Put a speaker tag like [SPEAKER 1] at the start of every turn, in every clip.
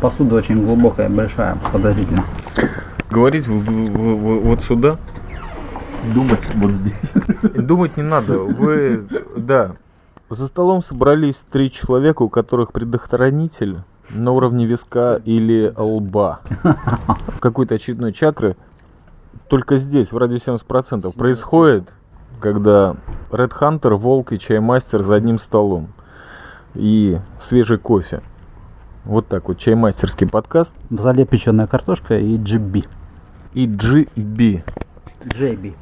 [SPEAKER 1] посуда очень глубокая, большая, подозрительно.
[SPEAKER 2] Говорить в- в- в- вот сюда.
[SPEAKER 3] Думать вот здесь.
[SPEAKER 2] Думать не надо. Вы, да. За столом собрались три человека, у которых предохранитель на уровне виска или лба. Какой-то очередной чакры. Только здесь, в радиусе 70%, происходит, когда Ред Хантер, Волк и Чаймастер за одним столом. И свежий кофе. Вот так вот, чаймастерский подкаст.
[SPEAKER 1] В зале печеная картошка и джиби.
[SPEAKER 2] И GB.
[SPEAKER 1] Джейби.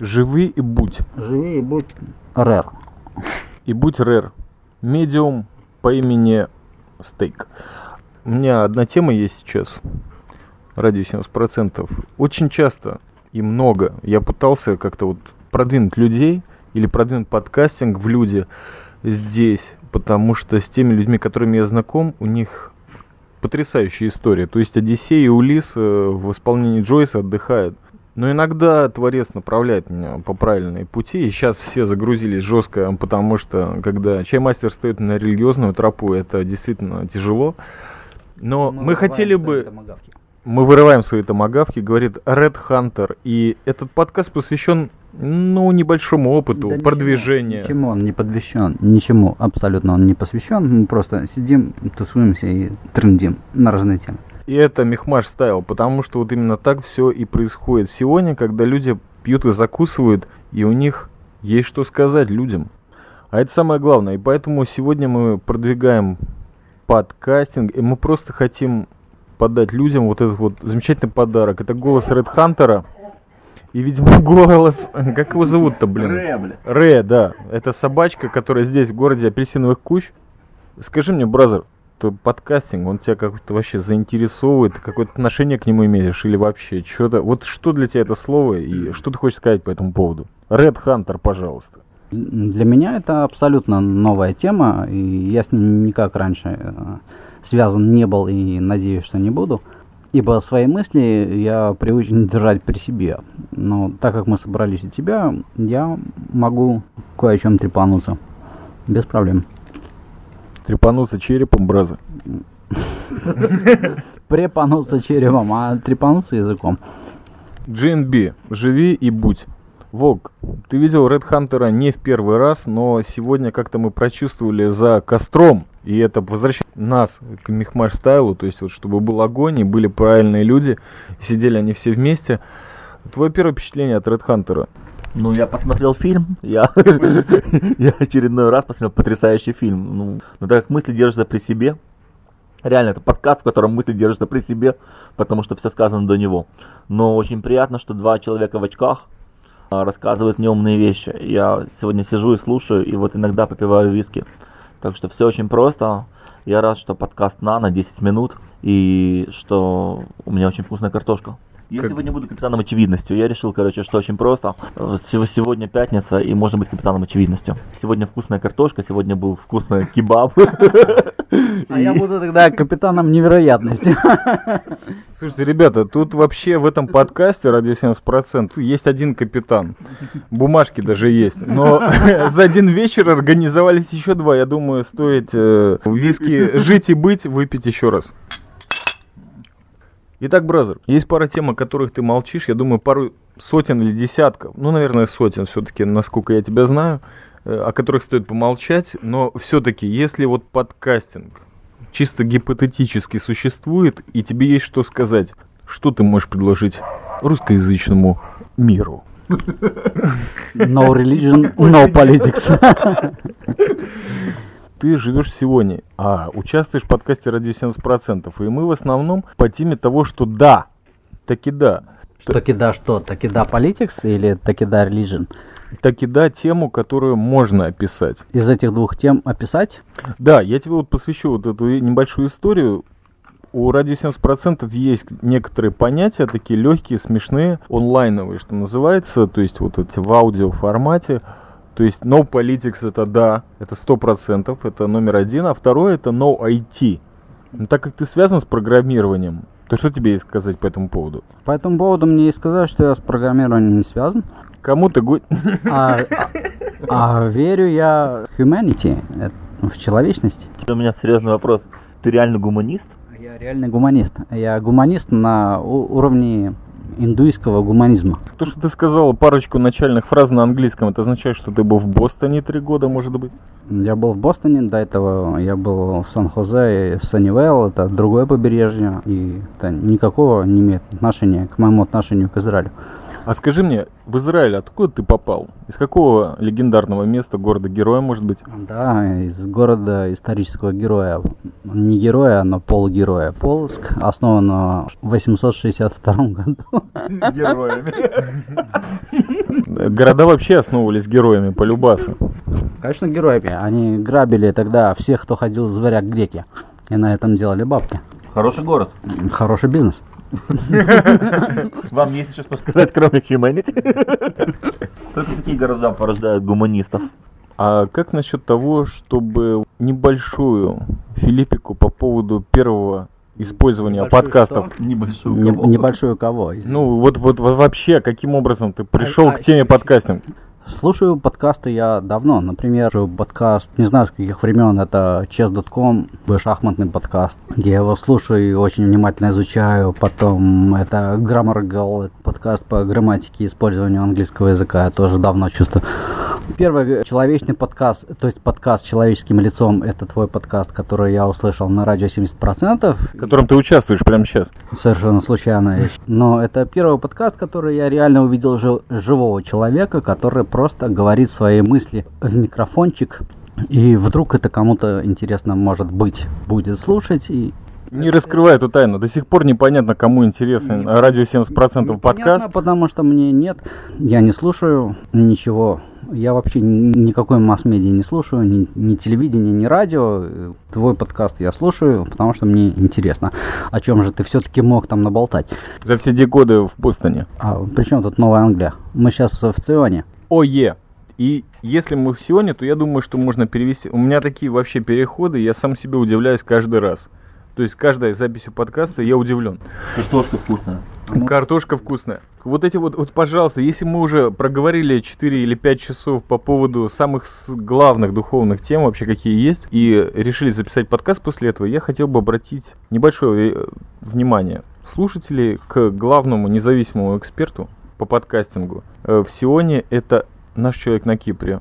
[SPEAKER 2] Живи и будь.
[SPEAKER 1] Живи и будь рэр.
[SPEAKER 2] и будь рэр. Медиум по имени Стейк. У меня одна тема есть сейчас. Радио 70%. Очень часто и много я пытался как-то вот продвинуть людей или продвинуть подкастинг в люди здесь, потому что с теми людьми, которыми я знаком, у них потрясающая история. То есть Одиссей и Улис э, в исполнении Джойса отдыхают. Но иногда творец направляет меня по правильные пути, и сейчас все загрузились жестко, потому что когда чаймастер стоит на религиозную тропу, это действительно тяжело. Но
[SPEAKER 1] Ну,
[SPEAKER 2] мы, хотели бы... Мы вырываем свои томогавки, говорит Red Hunter. И этот подкаст посвящен, ну, небольшому опыту
[SPEAKER 1] Да
[SPEAKER 2] продвижения.
[SPEAKER 1] Ничему, ничему он не подвещен, ничему абсолютно он не посвящен. Мы просто сидим, тусуемся и трындим на разные темы.
[SPEAKER 2] И это Мехмаш стайл, потому что вот именно так все и происходит сегодня, когда люди пьют и закусывают, и у них есть что сказать людям. А это самое главное. И поэтому сегодня мы продвигаем подкастинг, и мы просто хотим подать людям вот этот вот замечательный подарок. Это голос Ред Хантера. И, видимо, голос... Как его зовут-то, блин?
[SPEAKER 3] Ре, бля.
[SPEAKER 2] Ре, да. Это собачка, которая здесь, в городе апельсиновых куч. Скажи мне, бразер, ты подкастинг, он тебя как-то вообще заинтересовывает, ты какое-то отношение к нему имеешь или вообще что-то? Вот что для тебя это слово и что ты хочешь сказать по этому поводу? Ред Хантер, пожалуйста.
[SPEAKER 1] Для меня это абсолютно новая тема, и я с ней никак раньше э, связан не был и надеюсь, что не буду. Ибо свои мысли я привычен держать при себе. Но так как мы собрались у тебя, я могу кое о чем трепануться. Без проблем.
[SPEAKER 2] Трепануться черепом, бразер.
[SPEAKER 1] Препануться черепом, а трепануться языком.
[SPEAKER 2] GNB, живи и будь. Волк, ты видел Ред Хантера не в первый раз, но сегодня как-то мы прочувствовали за костром, и это возвращает нас к Мехмаш Стайлу, то есть вот чтобы был огонь и были правильные люди, и сидели они все вместе. Твое первое впечатление от Ред Хантера?
[SPEAKER 3] Ну, я посмотрел фильм, я, я очередной раз посмотрел потрясающий фильм. Ну, но так как мысли держатся при себе, реально, это подкаст, в котором мысли держатся при себе, потому что все сказано до него. Но очень приятно, что два человека в очках а, рассказывают мне умные вещи. Я сегодня сижу и слушаю, и вот иногда попиваю виски. Так что все очень просто. Я рад, что подкаст на на 10 минут, и что у меня очень вкусная картошка. Я
[SPEAKER 2] Как-
[SPEAKER 3] сегодня буду капитаном очевидностью. Я решил, короче, что очень просто. Э, сего- Сегодня пятница, и можно быть капитаном очевидностью. Сегодня вкусная картошка, сегодня был вкусный кебаб.
[SPEAKER 1] А я буду тогда капитаном невероятности.
[SPEAKER 2] Слушайте, ребята, тут вообще в этом подкасте «Радио 70% есть один капитан. Бумажки даже есть. Но за один вечер организовались еще два. Я думаю, стоит э, виски «Жить и быть» выпить еще раз. Итак, бразер, есть пара тем, о которых ты молчишь. Я думаю, пару сотен или десятков. Ну, наверное, сотен все-таки, насколько я тебя знаю, э, о которых стоит помолчать. Но все-таки, если вот подкастинг, чисто гипотетически существует, и тебе есть что сказать. Что ты можешь предложить русскоязычному миру?
[SPEAKER 1] No religion, no politics.
[SPEAKER 2] Ты живешь сегодня, а участвуешь в подкасте «Радио 70%», и мы в основном по теме того, что да, таки да,
[SPEAKER 1] Таки да что? Таки да politics или таки да religion?
[SPEAKER 2] таки да тему, которую можно описать.
[SPEAKER 1] из этих двух тем описать.
[SPEAKER 2] Да, я тебе вот посвящу вот эту и- небольшую историю. У радио 70% есть некоторые понятия, такие легкие, смешные, онлайновые, что называется, то есть вот эти в аудио формате. То есть no politics это да, это 100%, это номер один, а второе это no IT. Но так как ты связан с программированием, то что тебе есть сказать по этому поводу?
[SPEAKER 1] По этому поводу мне и сказали, что я с программированием не связан.
[SPEAKER 2] Кому ты го-
[SPEAKER 1] А, а- а верю я в humanity, э, в человечность.
[SPEAKER 3] Теперь у меня серьезный вопрос. Ты реально гуманист?
[SPEAKER 1] Я реальный гуманист. Я гуманист на у- уровне индуистского гуманизма.
[SPEAKER 2] То, что ты сказал парочку начальных фраз на английском, это означает, что ты был в Бостоне три года, может быть?
[SPEAKER 1] Я был в Бостоне до этого, я был в Сан-Хозе и в Саннивейл, это другое побережье, и это никакого не имеет отношения к моему отношению к Израилю.
[SPEAKER 2] А скажи мне, в Израиль откуда ты попал? Из какого легендарного места, города-героя, может быть?
[SPEAKER 1] Да, из города исторического героя. Не героя, но полгероя. Полск основан в 862 году.
[SPEAKER 3] Героями.
[SPEAKER 2] Города вообще основывались героями по Любасу.
[SPEAKER 1] Конечно, героями. Они грабили тогда всех, кто ходил из варяг греки. И на этом делали бабки.
[SPEAKER 3] Хороший город.
[SPEAKER 1] Хороший бизнес.
[SPEAKER 3] Вам есть еще что сказать, кроме Humanity? Только такие города порождают гуманистов.
[SPEAKER 2] А как насчет того, чтобы небольшую филиппику по поводу первого использования
[SPEAKER 1] Небольшую
[SPEAKER 2] подкастов?
[SPEAKER 3] Небольшую
[SPEAKER 1] Не- небольшой у кого.
[SPEAKER 2] Ну, вот, вот, вот вообще, каким образом ты пришел
[SPEAKER 1] А-
[SPEAKER 2] к теме подкастинг?
[SPEAKER 1] Слушаю подкасты я давно. Например, слушаю подкаст, не знаю, с каких времен, это chess.com, был шахматный подкаст. Я его слушаю и очень внимательно изучаю. Потом это Grammar Girl, это подкаст по грамматике и использованию английского языка. Я тоже давно чувствую. Первый человечный подкаст, то есть подкаст с человеческим лицом, это твой подкаст, который я услышал на радио 70%.
[SPEAKER 2] В котором ты участвуешь прямо сейчас.
[SPEAKER 1] Совершенно случайная вещь. Но это первый подкаст, который я реально увидел жи- живого человека, который просто говорит свои мысли в микрофончик. И вдруг это кому-то интересно может быть, будет слушать. И Э,
[SPEAKER 2] Не раскрывай эту тайну. До сих пор непонятно, кому интересен а, радио 70% подкаст.
[SPEAKER 1] Понятно, потому что мне нет, я не слушаю ничего. Я вообще ни- никакой масс-медиа не слушаю, ни, ни телевидение, ни радио. Твой подкаст я слушаю, потому что мне интересно, о чем же ты все-таки мог там наболтать.
[SPEAKER 2] За все те годы в Бостоне.
[SPEAKER 1] А при чем тут Новая Англия? Мы сейчас в Ционе.
[SPEAKER 2] ОЕ. И если мы в Сионе, то я думаю, что можно перевести. У меня такие вообще переходы, я сам себе удивляюсь каждый раз. То есть каждой записью подкаста я удивлен.
[SPEAKER 3] Картошка вкусная.
[SPEAKER 2] Картошка вкусная. Вот эти вот, вот, пожалуйста, если мы уже проговорили 4 или 5 часов по поводу самых с- главных духовных тем вообще, какие есть, и решили записать подкаст после этого, я хотел бы обратить небольшое э, внимание слушателей к главному независимому эксперту по подкастингу э, в Сионе, это наш человек на Кипре.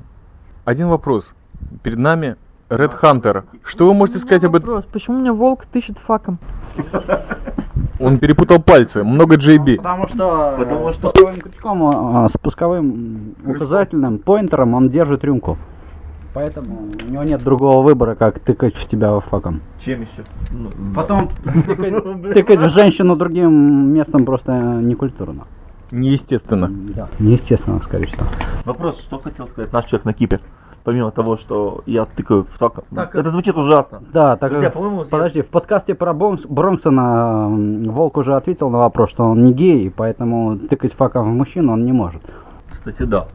[SPEAKER 2] Один вопрос. Перед нами Red Hunter. Что вы можете
[SPEAKER 4] У меня
[SPEAKER 2] сказать об этом?
[SPEAKER 4] вопрос. Почему меня волк тыщет факом?
[SPEAKER 2] Он перепутал пальцы. Много JB.
[SPEAKER 1] Потому что,
[SPEAKER 3] Потому
[SPEAKER 1] Потому
[SPEAKER 3] что-
[SPEAKER 1] что... спусковым крючком, а, с пусковым указательным, поинтером он держит рюмку. Поэтому у него нет другого выбора, как тыкать в тебя факом.
[SPEAKER 3] Чем еще?
[SPEAKER 1] Потом тыкать, тыкать в женщину другим местом просто некультурно.
[SPEAKER 2] Неестественно.
[SPEAKER 1] Да. Неестественно, скорее всего.
[SPEAKER 3] Вопрос, что хотел сказать наш человек на Кипе? Помимо того, что я тыкаю в так.
[SPEAKER 1] Так,
[SPEAKER 3] Это звучит ужасно.
[SPEAKER 1] Да, так
[SPEAKER 3] Друзья,
[SPEAKER 1] как-
[SPEAKER 3] по-моему, я-
[SPEAKER 1] подожди, в подкасте про Бронкс- Бронксона м, Волк уже ответил на вопрос, что он не гей, и поэтому тыкать факом в мужчину он не может.
[SPEAKER 3] Кстати, да.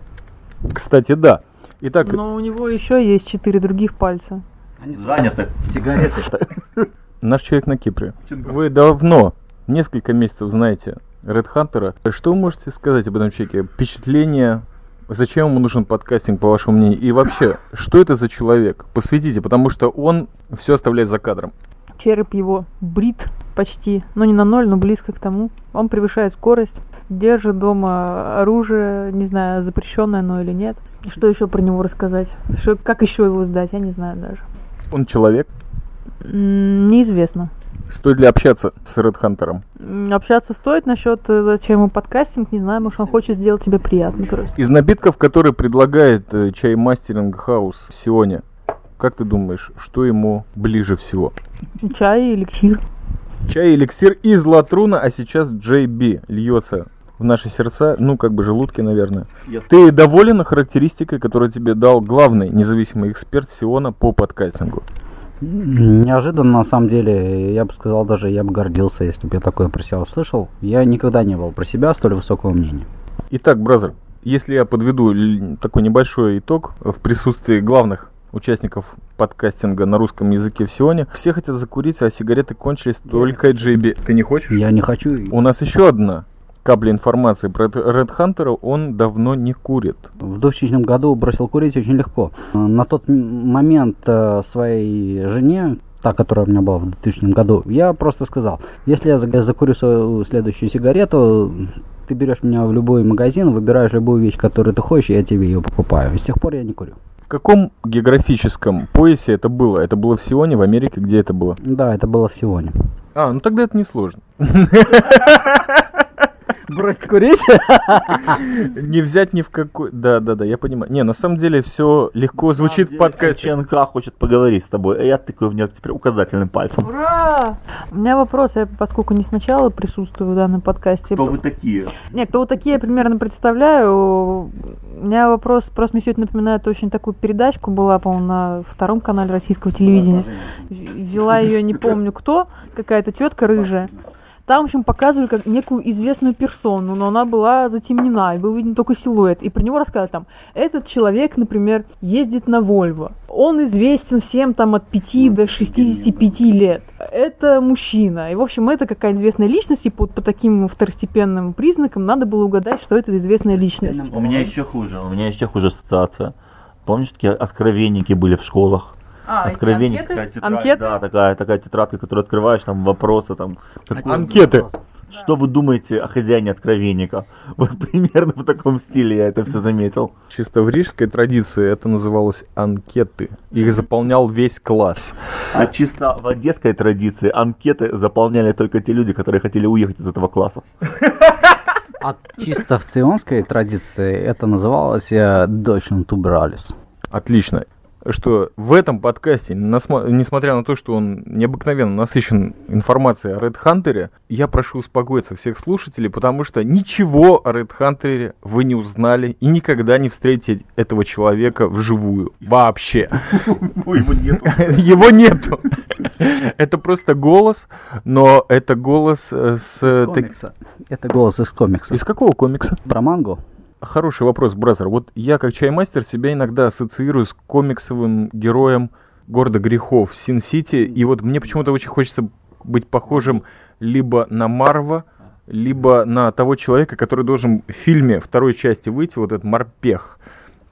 [SPEAKER 2] Кстати, да. Итак,
[SPEAKER 4] Но у него еще есть четыре других пальца.
[SPEAKER 3] Занято.
[SPEAKER 1] Сигареты.
[SPEAKER 2] наш человек на Кипре. Вы давно, несколько месяцев знаете Ред Хантера. Что вы можете сказать об этом человеке? Впечатление? Зачем ему нужен подкастинг, по вашему мнению? И вообще, что это за человек? Посвятите, потому что он все оставляет за кадром.
[SPEAKER 4] Череп его брит почти, ну не на ноль, но близко к тому. Он превышает скорость, держит дома оружие, не знаю, запрещенное оно или нет. И Что еще про него рассказать? Что, как еще его сдать, я не знаю даже.
[SPEAKER 2] Он человек.
[SPEAKER 4] М, неизвестно.
[SPEAKER 2] Стоит ли общаться с Ред Хантером?
[SPEAKER 4] М, Общаться стоит насчет, э, зачем ему подкастинг, не знаю, может он хочет сделать тебе приятно просто.
[SPEAKER 2] Из напитков, которые предлагает э, чай мастеринг хаус в Сионе, как ты думаешь, что ему ближе всего?
[SPEAKER 4] Чай, эликсир.
[SPEAKER 2] Чай, эликсир из латруна, а сейчас Джей Би льется в наши сердца, ну, как бы желудки, наверное.
[SPEAKER 3] Я-
[SPEAKER 2] Ты доволен характеристикой, которую тебе дал главный независимый эксперт Сиона по подкастингу?
[SPEAKER 1] Неожиданно, на самом деле, я бы сказал даже, я бы гордился, если бы я такое про себя услышал. Я никогда не был про себя столь высокого мнения.
[SPEAKER 2] Итак, бразер, если я подведу л- такой небольшой итог в присутствии главных участников подкастинга на русском языке в Сионе, все хотят закурить, а сигареты кончились только Джей Би. Ты не хочешь?
[SPEAKER 1] Я не хочу...
[SPEAKER 2] У нас еще одна капля информации про Ред Хантера, он давно не курит.
[SPEAKER 1] В 2000 году бросил курить очень легко. Э, На тот м- момент э, своей жене та, которая у меня была в 2000 году, я просто сказал, если я за- закурю свою следующую сигарету, ты берешь меня в любой магазин, выбираешь любую вещь, которую ты хочешь, и я тебе ее покупаю. И с тех пор я не курю.
[SPEAKER 2] В каком географическом поясе это было? Это было в Сионе, в Америке, где это было?
[SPEAKER 1] Да, это было в Сионе.
[SPEAKER 2] А, ну тогда это несложно.
[SPEAKER 1] Брось курить?
[SPEAKER 2] Не взять ни в какой... Да, да, да, я понимаю. Не, на самом деле все легко звучит в подкасте.
[SPEAKER 3] ЧНК хочет поговорить с тобой, а я тыкаю в нее теперь указательным пальцем.
[SPEAKER 4] Ура! У меня вопрос, я поскольку не сначала присутствую в данном подкасте.
[SPEAKER 3] Кто вы такие?
[SPEAKER 4] Не, кто вот такие я примерно представляю. У меня вопрос, просто мне все это напоминает очень такую передачку была, по-моему, на втором канале российского телевидения. Вела ее, не помню кто, какая-то тетка рыжая. Там, в общем, показывали как некую известную персону, но она была затемнена, и был виден только силуэт. И про него рассказывали там, этот человек, например, ездит на Вольво. Он известен всем там от
[SPEAKER 3] Ну,
[SPEAKER 4] 5 до 65 лет. Это мужчина. И, в общем, это какая известная личность, и по, по таким второстепенным признакам надо было угадать, что это известная личность.
[SPEAKER 3] У меня еще хуже, у меня еще хуже ассоциация. Помнишь, такие откровенники были в школах?
[SPEAKER 4] А,
[SPEAKER 3] Откровенник, такая тетрадь,
[SPEAKER 4] Анкеты?
[SPEAKER 3] Да, такая, такая тетрадка, которую открываешь, там вопросы, там, какой-
[SPEAKER 2] Анкеты.
[SPEAKER 3] что вы думаете о хозяине откровенника? Вот примерно в таком стиле я это все заметил.
[SPEAKER 2] Чисто в рижской традиции это называлось анкеты. Их заполнял весь класс.
[SPEAKER 3] А чисто в одесской традиции анкеты заполняли только те люди, которые хотели уехать из этого класса.
[SPEAKER 1] А чисто в ционской традиции это называлось э, Deutschland Убралис.
[SPEAKER 2] Отлично. Что в этом подкасте, насма- несмотря на то, что он необыкновенно насыщен информацией о Ред Хантере, я прошу успокоиться всех слушателей, потому что ничего о Ред Хантере вы не узнали и никогда не встретите этого человека вживую. Вообще. Его нету. Это просто голос, но это голос э, с... э, так-
[SPEAKER 1] Это голос из комикса.
[SPEAKER 2] Из какого комикса?
[SPEAKER 1] Про манго?
[SPEAKER 2] Хороший вопрос, Бразер. Вот я, как чаймастер, себя иногда ассоциирую с комиксовым героем города грехов Син-Сити. И вот мне почему-то очень хочется быть похожим либо на Марва, либо на того человека, который должен в фильме второй части выйти, вот этот Морпех.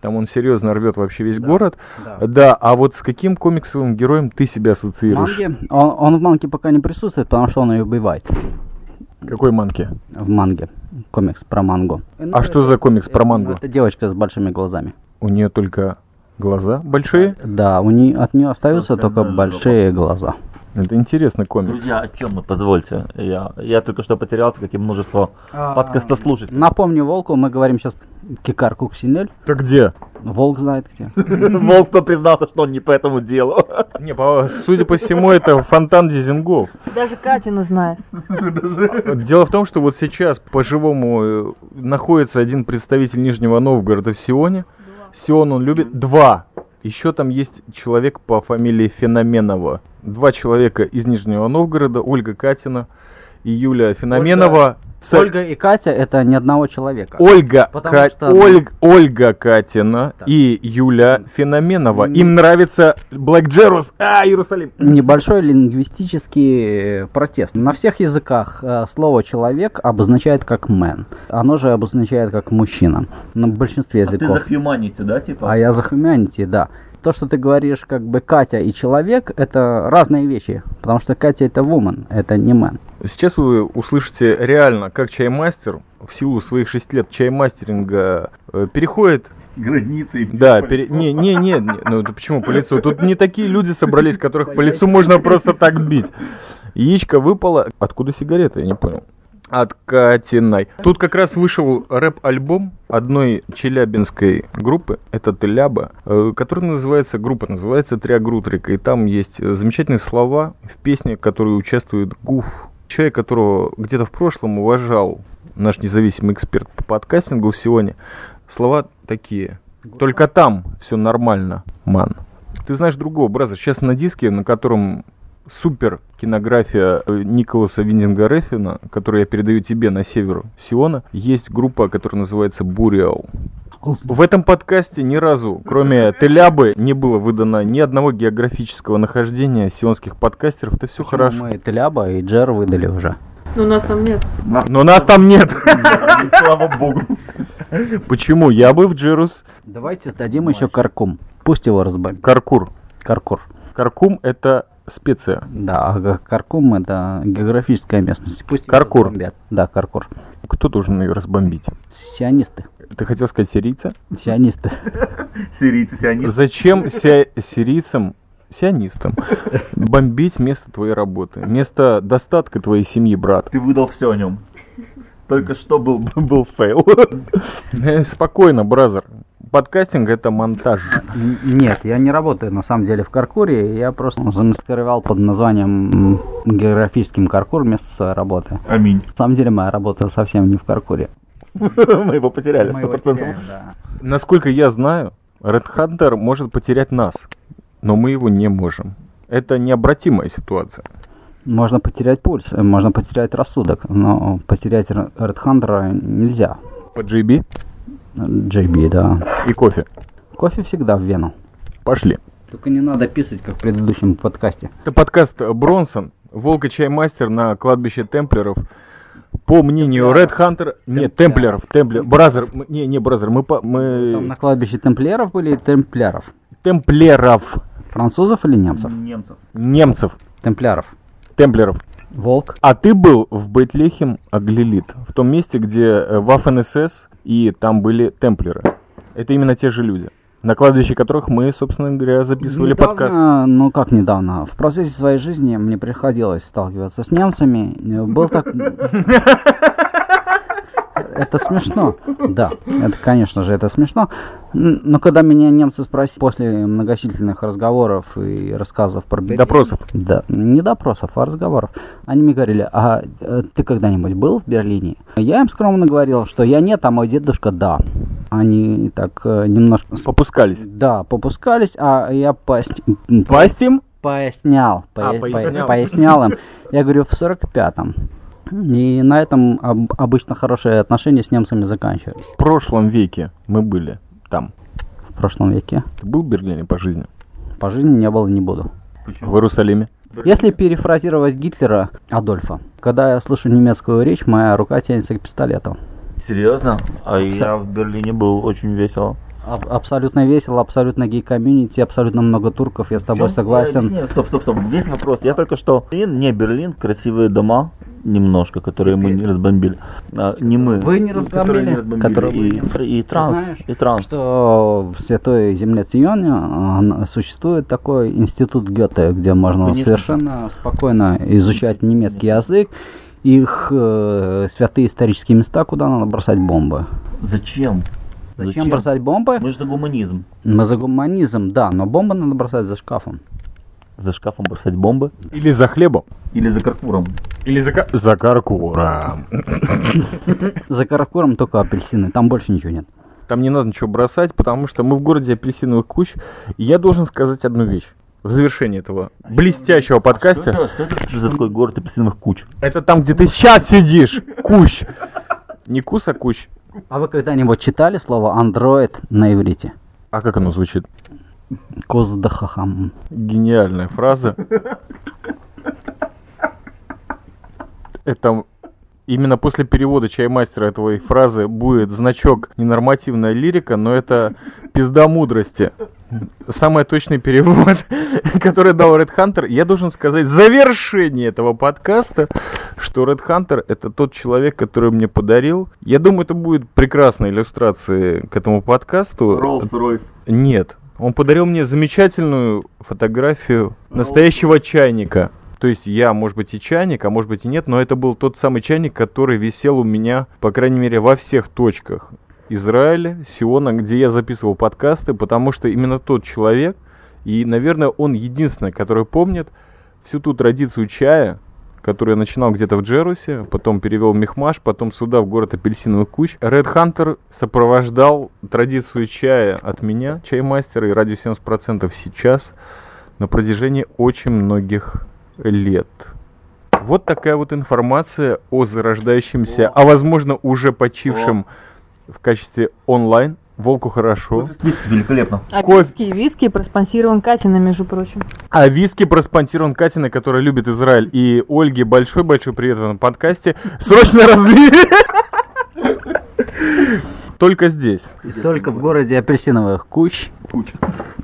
[SPEAKER 2] Там он серьезно рвет вообще весь
[SPEAKER 1] Да.
[SPEAKER 2] город. Да, а вот с каким комиксовым героем ты себя ассоциируешь?
[SPEAKER 1] Манги, он, он в манге пока не присутствует, потому что он ее убивает
[SPEAKER 2] Какой манки?
[SPEAKER 1] в манге. Комикс про манго.
[SPEAKER 2] А что за комикс про мангу?
[SPEAKER 1] Это девочка с большими глазами.
[SPEAKER 2] У нее только глаза большие.
[SPEAKER 1] Да, у нее, от нее остаются
[SPEAKER 3] Просто
[SPEAKER 1] только
[SPEAKER 3] одна
[SPEAKER 1] большие глаза.
[SPEAKER 2] Это интересный комикс.
[SPEAKER 3] Друзья, о чем мы, позвольте? Я, я только что потерялся, как и множество
[SPEAKER 1] А.
[SPEAKER 3] подкастослушателей.
[SPEAKER 1] Напомню волку, мы говорим сейчас Кикар Куксинель.
[SPEAKER 2] Ты где?
[SPEAKER 1] Волк знает где.
[SPEAKER 3] Волк то признался, что он не по этому делу.
[SPEAKER 2] Не, по- судя по всему, это фонтан Дизингов.
[SPEAKER 4] Даже Катина знает.
[SPEAKER 2] Дело в том, что вот сейчас по-живому э, находится один представитель Нижнего Новгорода в Сионе. Сион он любит. Два. Еще там есть человек по фамилии Феноменова. Два человека из Нижнего Новгорода. Ольга Катина и Юлия Феноменова. Ц-
[SPEAKER 1] Ольга и Катя это ни одного человека.
[SPEAKER 2] Ольга,
[SPEAKER 1] Потому
[SPEAKER 2] Ка-
[SPEAKER 1] что-
[SPEAKER 2] Оль- Ольга Катина
[SPEAKER 1] Так.
[SPEAKER 2] и Юля Феноменова.
[SPEAKER 1] М.
[SPEAKER 2] Им нравится Блэк Джерус. А, Иерусалим.
[SPEAKER 1] Небольшой лингвистический э, протест. На всех языках э, слово человек обозначает как man. Оно же обозначает как мужчина. На
[SPEAKER 2] А
[SPEAKER 1] большинстве языков.
[SPEAKER 3] Humanity, А да, типа?
[SPEAKER 1] А я за Humanity, да. То, что ты говоришь, как бы Катя и человек, это разные вещи. Потому что Катя это woman, это не man.
[SPEAKER 2] Сейчас вы услышите реально, как чаймастер в силу своих 6 лет чаймастеринга э, переходит.
[SPEAKER 3] Границы.
[SPEAKER 2] Да, пере- не, не, не, не, ну это почему по лицу? Тут не такие люди собрались, которых по лицу можно просто так бить. Яичко выпало. Откуда сигарета, я не понял. От Катиной. Тут как раз вышел рэп-альбом одной челябинской группы, это Теляба, э, который называется, группа называется Триагрутрика, и там есть э, замечательные слова в песне, в которой участвует Гуф, человек, которого где-то в прошлом уважал наш независимый эксперт по подкастингу сегодня. Слова такие. Только там все нормально, ман. Ты знаешь другого, браза. Сейчас на диске, на котором супер кинография э, Николаса Виндинга Рефина, которую я передаю тебе на север Сиона, есть группа, которая называется Буриал. В этом подкасте ни разу, кроме Телябы, не было выдано ни одного географического нахождения сионских подкастеров. Это все хорошо.
[SPEAKER 1] Мы Теляба и Джер выдали уже.
[SPEAKER 4] Но Ну, нас там нет.
[SPEAKER 2] Но нас там нет.
[SPEAKER 3] Слава богу.
[SPEAKER 2] Почему? Я бы в Джерус
[SPEAKER 1] Давайте сдадим еще Каркум. Пусть его разбавит.
[SPEAKER 2] Каркур.
[SPEAKER 1] Каркур.
[SPEAKER 2] Каркум это специя.
[SPEAKER 1] Да, а Каркум это географическая местность. Пусть её
[SPEAKER 2] Каркур.
[SPEAKER 1] разбомбят. Да, Каркур.
[SPEAKER 2] Кто должен ее разбомбить?
[SPEAKER 1] Сионисты.
[SPEAKER 2] Ты хотел сказать сирийцы?
[SPEAKER 1] Сионисты.
[SPEAKER 3] Сирийцы, сионисты.
[SPEAKER 2] Зачем ся- сирийцам, сионистам, бомбить место твоей работы? Место достатка твоей семьи, брат.
[SPEAKER 3] Ты выдал все о нем. Только что был, был фейл.
[SPEAKER 2] Э, Спокойно, бразер. Подкастинг это монтаж.
[SPEAKER 1] Н- Нет, я не работаю на самом деле в Каркуре, я просто замаскировал под названием м, географическим Каркур вместо своей работы.
[SPEAKER 3] Аминь.
[SPEAKER 1] На самом деле моя работа совсем не в Каркуре.
[SPEAKER 3] Мы его потеряли,
[SPEAKER 1] Мы его
[SPEAKER 3] 100%.
[SPEAKER 1] теряем, да.
[SPEAKER 2] Насколько я знаю, Red Hunter может потерять нас, но мы его не можем. Это необратимая ситуация.
[SPEAKER 1] Можно потерять пульс, э, можно потерять рассудок, но потерять Р- Red Hunter нельзя.
[SPEAKER 2] По JB
[SPEAKER 1] JB, да.
[SPEAKER 2] и кофе.
[SPEAKER 1] Кофе всегда в вену.
[SPEAKER 2] Пошли.
[SPEAKER 1] Только не надо писать, как в предыдущем подкасте.
[SPEAKER 2] Это подкаст Бронсон, Волк и Чаймастер на кладбище темплеров. По мнению Red Hunter, нет, темплеров, темплер, бразер, м- не, не бразер, мы, по-
[SPEAKER 1] Ну, Там на
[SPEAKER 2] мы
[SPEAKER 1] кладбище темплиеров были и темпляров.
[SPEAKER 2] темплеров,
[SPEAKER 1] Французов или немцев?
[SPEAKER 3] Немцев.
[SPEAKER 2] немцев,
[SPEAKER 1] Темпляров.
[SPEAKER 2] темплеров.
[SPEAKER 1] Волк.
[SPEAKER 2] А ты был в Бетлехем Аглилит, в том месте, где Вафен СС и там были темплеры. Это именно те же люди, на кладбище которых мы, собственно говоря, записывали
[SPEAKER 1] Недавно,
[SPEAKER 2] подкаст.
[SPEAKER 1] Ну как недавно? В процессе своей жизни мне приходилось сталкиваться с немцами. Э, Был так... Это смешно. Да, это, конечно же, это смешно. Н- Но когда меня немцы спросили после многочисленных разговоров и рассказов про Берлин-
[SPEAKER 2] Допросов.
[SPEAKER 1] Да, не допросов, а разговоров. Они мне говорили, а э, ты когда-нибудь был в Берлине? Я им скромно говорил, что я нет, а мой дедушка да. Они так э, немножко... с-
[SPEAKER 2] Попускались.
[SPEAKER 1] Да, попускались, а я пояс-
[SPEAKER 2] Пастим?
[SPEAKER 1] пояснял,
[SPEAKER 2] А,
[SPEAKER 1] поя- по-
[SPEAKER 2] пояснял.
[SPEAKER 1] пояснял. им. Я говорю, в 45-м. И на этом об- обычно хорошие отношения с немцами заканчивались
[SPEAKER 2] В прошлом веке мы были там.
[SPEAKER 1] в прошлом веке.
[SPEAKER 2] Ты был в Берлине по жизни?
[SPEAKER 1] По жизни не было и не буду.
[SPEAKER 2] В Иерусалиме?
[SPEAKER 1] Если перефразировать Гитлера, Адольфа, когда я слышу немецкую речь, моя рука тянется к пистолету.
[SPEAKER 3] Серьезно? А я в Берлине был очень весело.
[SPEAKER 1] Аб- абсолютно весело, абсолютно гей-комьюнити, абсолютно много турков, я с тобой
[SPEAKER 3] Чем- Я
[SPEAKER 1] согласен.
[SPEAKER 3] объясню. Э, Стоп, стоп, стоп. Весь вопрос. Я только что... Берлин, не Берлин, красивые дома немножко, которые мы не разбомбили. А, не мы.
[SPEAKER 1] Вы не
[SPEAKER 3] Которые
[SPEAKER 1] разбомбили,
[SPEAKER 3] не разбомбили.
[SPEAKER 1] которые вы
[SPEAKER 3] и,
[SPEAKER 1] не-
[SPEAKER 3] тр- и транс.
[SPEAKER 1] знаешь,
[SPEAKER 3] и транс.
[SPEAKER 1] Что в святой земле Ционе а, н- существует такой институт Гёте, где можно
[SPEAKER 3] Конечно.
[SPEAKER 1] совершенно спокойно изучать немецкий язык, их э, святые исторические места, куда надо бросать бомбы.
[SPEAKER 3] Зачем?
[SPEAKER 1] Зачем, бросать бомбы?
[SPEAKER 3] Мы же за гуманизм.
[SPEAKER 1] Мы за гуманизм, да, но бомбы надо бросать за шкафом.
[SPEAKER 3] За шкафом бросать бомбы?
[SPEAKER 2] Или за хлебом?
[SPEAKER 3] Или за каркуром?
[SPEAKER 2] Или за, за каркуром.
[SPEAKER 1] За каракуром только апельсины, там больше ничего нет.
[SPEAKER 2] Там не надо ничего бросать, потому что мы в городе апельсиновых куч. И я должен сказать одну вещь. В завершении этого блестящего
[SPEAKER 3] Что
[SPEAKER 2] подкаста.
[SPEAKER 3] это, что это за такой город апельсиновых куч?
[SPEAKER 2] Это там, где ты сейчас сидишь. Кущ. Не кус, а кущ.
[SPEAKER 1] А вы когда-нибудь читали слово андроид на иврите?
[SPEAKER 2] А как оно звучит?
[SPEAKER 1] Коздахахам.
[SPEAKER 2] Гениальная фраза. Это именно после перевода чаймастера этой фразы будет значок ненормативная лирика, но это пизда мудрости. Самый точный перевод, который дал Red Hunter. Я должен сказать в завершении этого подкаста, что Red Hunter это тот человек, который мне подарил. Я думаю, это будет прекрасной иллюстрацией к этому подкасту.
[SPEAKER 3] Роллс-Ройс.
[SPEAKER 2] Нет. Он подарил мне замечательную фотографию настоящего чайника. То есть я, может быть, и чайник, а может быть и нет, но это был тот самый чайник, который висел у меня, по крайней мере, во всех точках Израиля, Сиона, где я записывал подкасты, потому что именно тот человек, и, наверное, он единственный, который помнит всю ту традицию чая, которую я начинал где-то в Джерусе, потом перевел в Мехмаш, потом сюда, в город Апельсиновых Куч. Ред Хантер сопровождал традицию чая от меня, чаймастера, и радио 70% сейчас, на протяжении очень многих лет. Вот такая вот информация о зарождающемся,
[SPEAKER 3] О.
[SPEAKER 2] а возможно уже почившем в качестве онлайн. Волку хорошо.
[SPEAKER 3] Виски великолепно.
[SPEAKER 4] А
[SPEAKER 2] Кофе.
[SPEAKER 4] виски, виски проспонсирован Катина, между прочим.
[SPEAKER 2] А виски проспонтирован Катина, которая любит Израиль. И Ольге большой-большой привет в этом подкасте. Срочно разли! Только здесь.
[SPEAKER 1] Только в городе апельсиновых куч
[SPEAKER 3] Куч.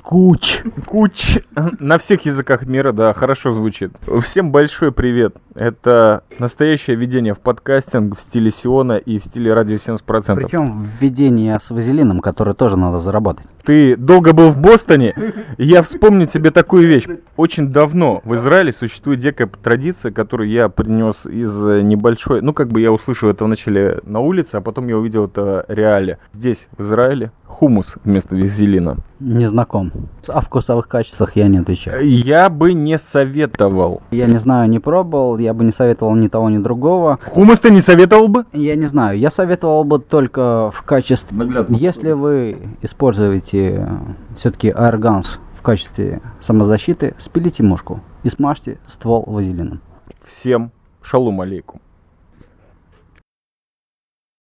[SPEAKER 3] Куч.
[SPEAKER 2] Куч. На всех языках мира, да, хорошо звучит. Всем большой привет. Это настоящее видение в подкастинг в стиле Сиона и в стиле радио 70%.
[SPEAKER 1] Причем введение с вазелином, который тоже надо заработать.
[SPEAKER 2] Ты долго был в Бостоне, и я вспомню тебе такую вещь. Очень давно в Израиле существует дикая традиция, которую я принес из э, небольшой... Ну, как бы я услышал это вначале на улице, а потом я увидел это реале. Здесь, в Израиле, хумус вместо вазелина.
[SPEAKER 1] Не знаком. О А вкусовых качествах я не отвечаю.
[SPEAKER 2] Я бы не советовал.
[SPEAKER 1] Я не знаю, не пробовал, я бы не советовал ни того, ни другого.
[SPEAKER 2] Хумус ты не советовал бы?
[SPEAKER 1] Я не знаю, я советовал бы только в качестве...
[SPEAKER 3] Наглядно.
[SPEAKER 1] Если вы используете все-таки арганс в качестве самозащиты, спилите мушку и смажьте ствол вазелином.
[SPEAKER 2] Всем шалум алейкум.